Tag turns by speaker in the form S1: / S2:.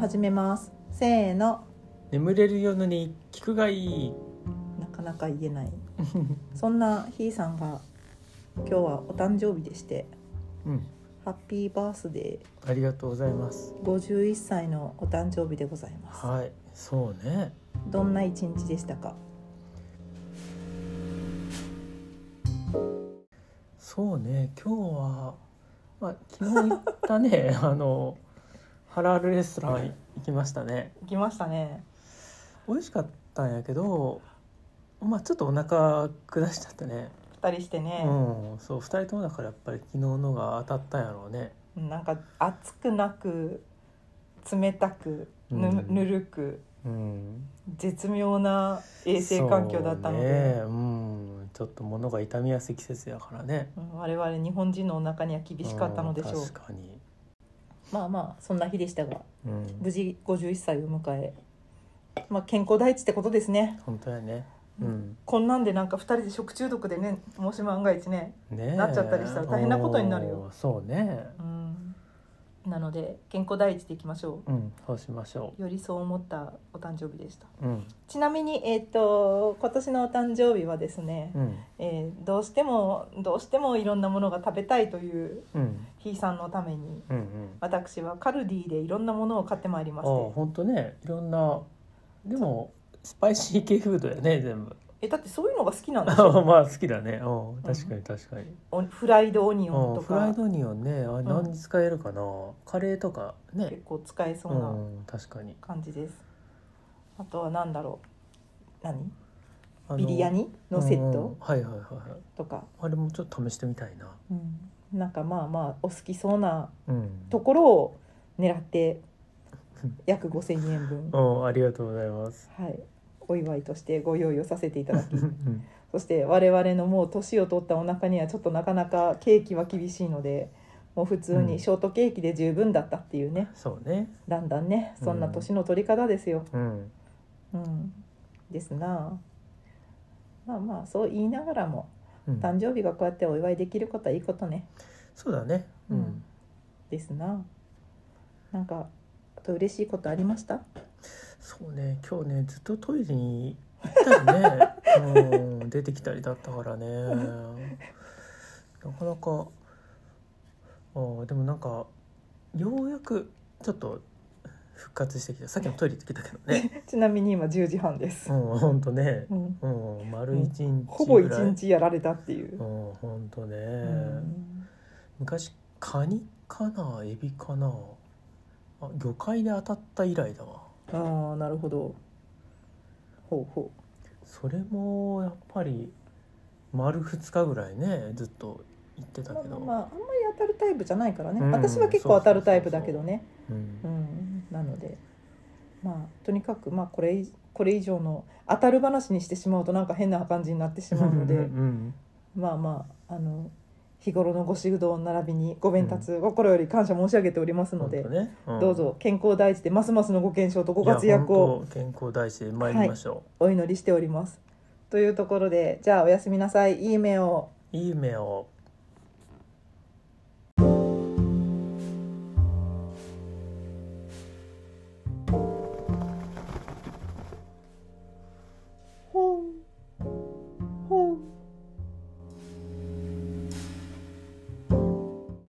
S1: 始めますせーの
S2: 眠れるよのに聞くがいい
S1: なかなか言え ないそんなひーさんが今日はお誕生日でして
S2: うん
S1: ハッピーバースデ
S2: ありがとうございます
S1: ー51歳のお誕生日でございます
S2: はいそうね
S1: どんな一日でしたか
S2: そうね今日はまあ昨日行ったね あのハラールレストラン行きましたね
S1: 行きましたね
S2: 美味しかったんやけどまあちょっとお腹下しちゃったね
S1: 2人してね、
S2: うんそう2人ともだからやっぱり昨日のが当たったんやろうね
S1: なんか熱くなく冷たくぬ,、
S2: うん
S1: ぬるく
S2: うん
S1: 絶妙な衛生環境だったので、
S2: そうねうんちょっと物が傷みやすい季節やからね
S1: うん我々日本人のお腹には厳しかったのでしょうん
S2: 確かに、
S1: まあまあそんな日でしたが
S2: うん、
S1: 無事51歳を迎え、まあ、健康第一ってことですね
S2: 本当やねうん
S1: こんなんでなんか2人で食中毒でねもし万が一ね、
S2: ねえ
S1: なっちゃったりしたら大変なことになるよ
S2: おーそうね
S1: うん、なので健康第一でいきましょ
S2: うんそうしましょ
S1: うよりそう思ったお誕生日でした
S2: ううん
S1: ちなみにえっ、と今年のお誕生日はですね、
S2: うん
S1: えーどうしてもどうしてもいろんなものが食べたいという
S2: うん
S1: ひいさんのために
S2: うんうん
S1: 私はカルディでいろんなものを買ってまいり
S2: あ
S1: まして
S2: 本当ねいろんなでもスパイシー系フードやね全部
S1: えだってそういうのが好きなんで
S2: あ
S1: し ょ
S2: まあ好きだねうん確かに確かに
S1: おフライドオニオン
S2: うん
S1: と
S2: フライ
S1: か
S2: ドオニオンねあれ何に使えるかなカレーとかね
S1: 結構使えそううなん
S2: 確かに
S1: 感じです、あとは何だろう何
S2: あの
S1: ビリヤニのセッ
S2: うんう
S1: ト
S2: んはいはいはいはい
S1: とか、
S2: あれもちょっと試してみたいな
S1: うんなんかまあまあお好きそうな
S2: うん
S1: ところを狙って約5,000円分、
S2: うんありがとうございます
S1: はい、お祝いとしてご用意をさせていただ き
S2: うん
S1: そして我々のもう年を取ったお腹にはちょっとなかなかケーキは厳しいのでもう普通にショートケーキで十分だったっていうね、
S2: そうね
S1: だんだんねそんな年の取り方ですよ。
S2: うん
S1: うん、ですなまあまあそう言いながらも
S2: うん
S1: 誕生日がこうやってお祝いできることはいいことね
S2: そうだねう
S1: うんんですななんかあと嬉しいことありました
S2: そうね今日ねずっとトイレに行ったりね、 うん、出てきたりだったからねなかなかあーでもなんかようやくちょっと復活してきたさっきもトイレ行ってきたけど ね
S1: ちなみに今10時半です
S2: う、んほんとね、
S1: うん、
S2: うん、丸一日ぐらい、
S1: ほぼ一日やられたっていう
S2: う、んほんとね、
S1: うん
S2: 昔カニかなエビかなあ魚介で当たった以来だわ
S1: ああなるほどほうほ
S2: それもやっぱり丸2日ぐらいねずっと行って
S1: う
S2: た
S1: まあ
S2: け
S1: ま
S2: ど、
S1: あ、まあ、あんまり当たるタイプじゃないからね、
S2: うん
S1: 私は結構当たるタイプだけどね
S2: うん
S1: うんなのでまあとにかくまあこれ以これ以上の当たる話にしてしまうとなんか変な感じになってしまう の
S2: うん
S1: で
S2: うん
S1: まあまああの日頃のご指導並びにご鞭達心より感謝申し上げておりますので、
S2: 本当ねん
S1: どうぞ健康第一でますますのご健勝とご活躍
S2: いや
S1: を
S2: 本当健康大事で参りましょ
S1: お祈りしております。というところでじゃあおやすみなさいいい夢を
S2: う、い、い目を